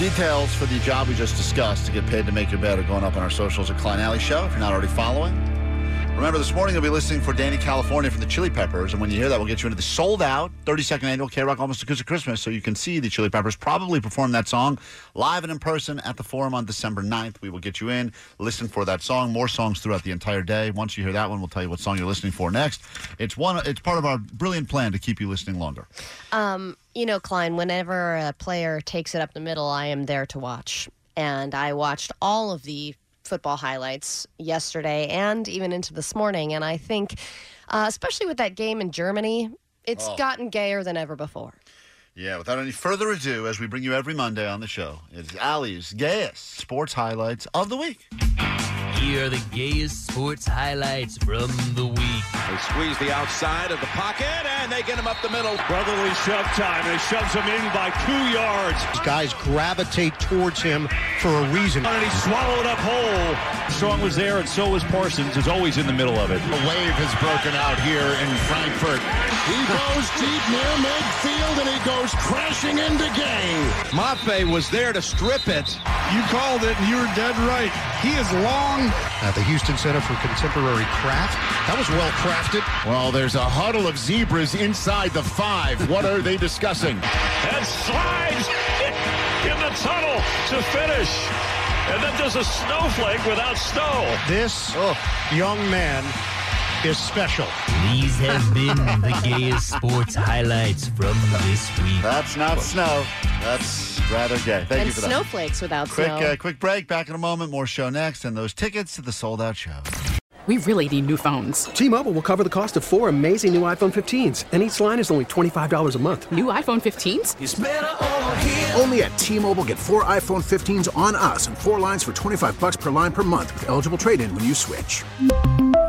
Details for the job we just discussed to get paid to make your bed are going up on our socials at Klein Alley Show if you're not already following. Remember, this morning you'll be listening for Danny California from the Chili Peppers, and when you hear that, we'll get you into the sold out 32nd annual K Rock Almost Acoustic Christmas so you can see the Chili Peppers probably perform that song live and in person at the Forum on December 9th. We will get you in, listen for that song, more songs throughout the entire day. Once you hear that one, we'll tell you what song you're listening for next. It's one. It's part of our brilliant plan to keep you listening longer. Um, you know, Klein, whenever a player takes it up the middle, I am there to watch. And I watched all of the football highlights yesterday and even into this morning. And I think, uh, especially with that game in Germany, it's Oh. gotten gayer than ever before. Yeah, without any further ado, as we bring you every Monday on the show, it's Ali's gayest sports highlights of the week. Here are the gayest sports highlights from the week. They squeeze the outside of the pocket, and they get him up the middle. Brotherly shove time, and he shoves him in by two yards. Guys gravitate towards him for a reason. And he swallowed up whole. Strong was there, and so was Parsons, is always in the middle of it. The wave has broken out here in Frankfurt. He goes deep near midfield and he goes crashing into Gang. Mafe was there to strip it. You called it, and you were dead right. He is long. At the Houston Center for Contemporary Craft, that was well crafted. Well, there's a huddle of zebras inside the five. What are they discussing? and slides in the tunnel to finish. And then does a snowflake without snow. This young man is special. These have been the gayest sports highlights from this week. That's not snow. That's rather gay. Thank you and for that. snowflakes without Quick, snow. uh, quick break. Back in a moment. More show next, and those tickets to the sold out show. We really need new phones. T-Mobile will cover the cost of four amazing new iPhone 15s, and each line is only $25 a month. New iPhone 15s? Only at T-Mobile, get four iPhone 15s on us and four lines for 25 bucks per line per month with eligible trade-in when you switch.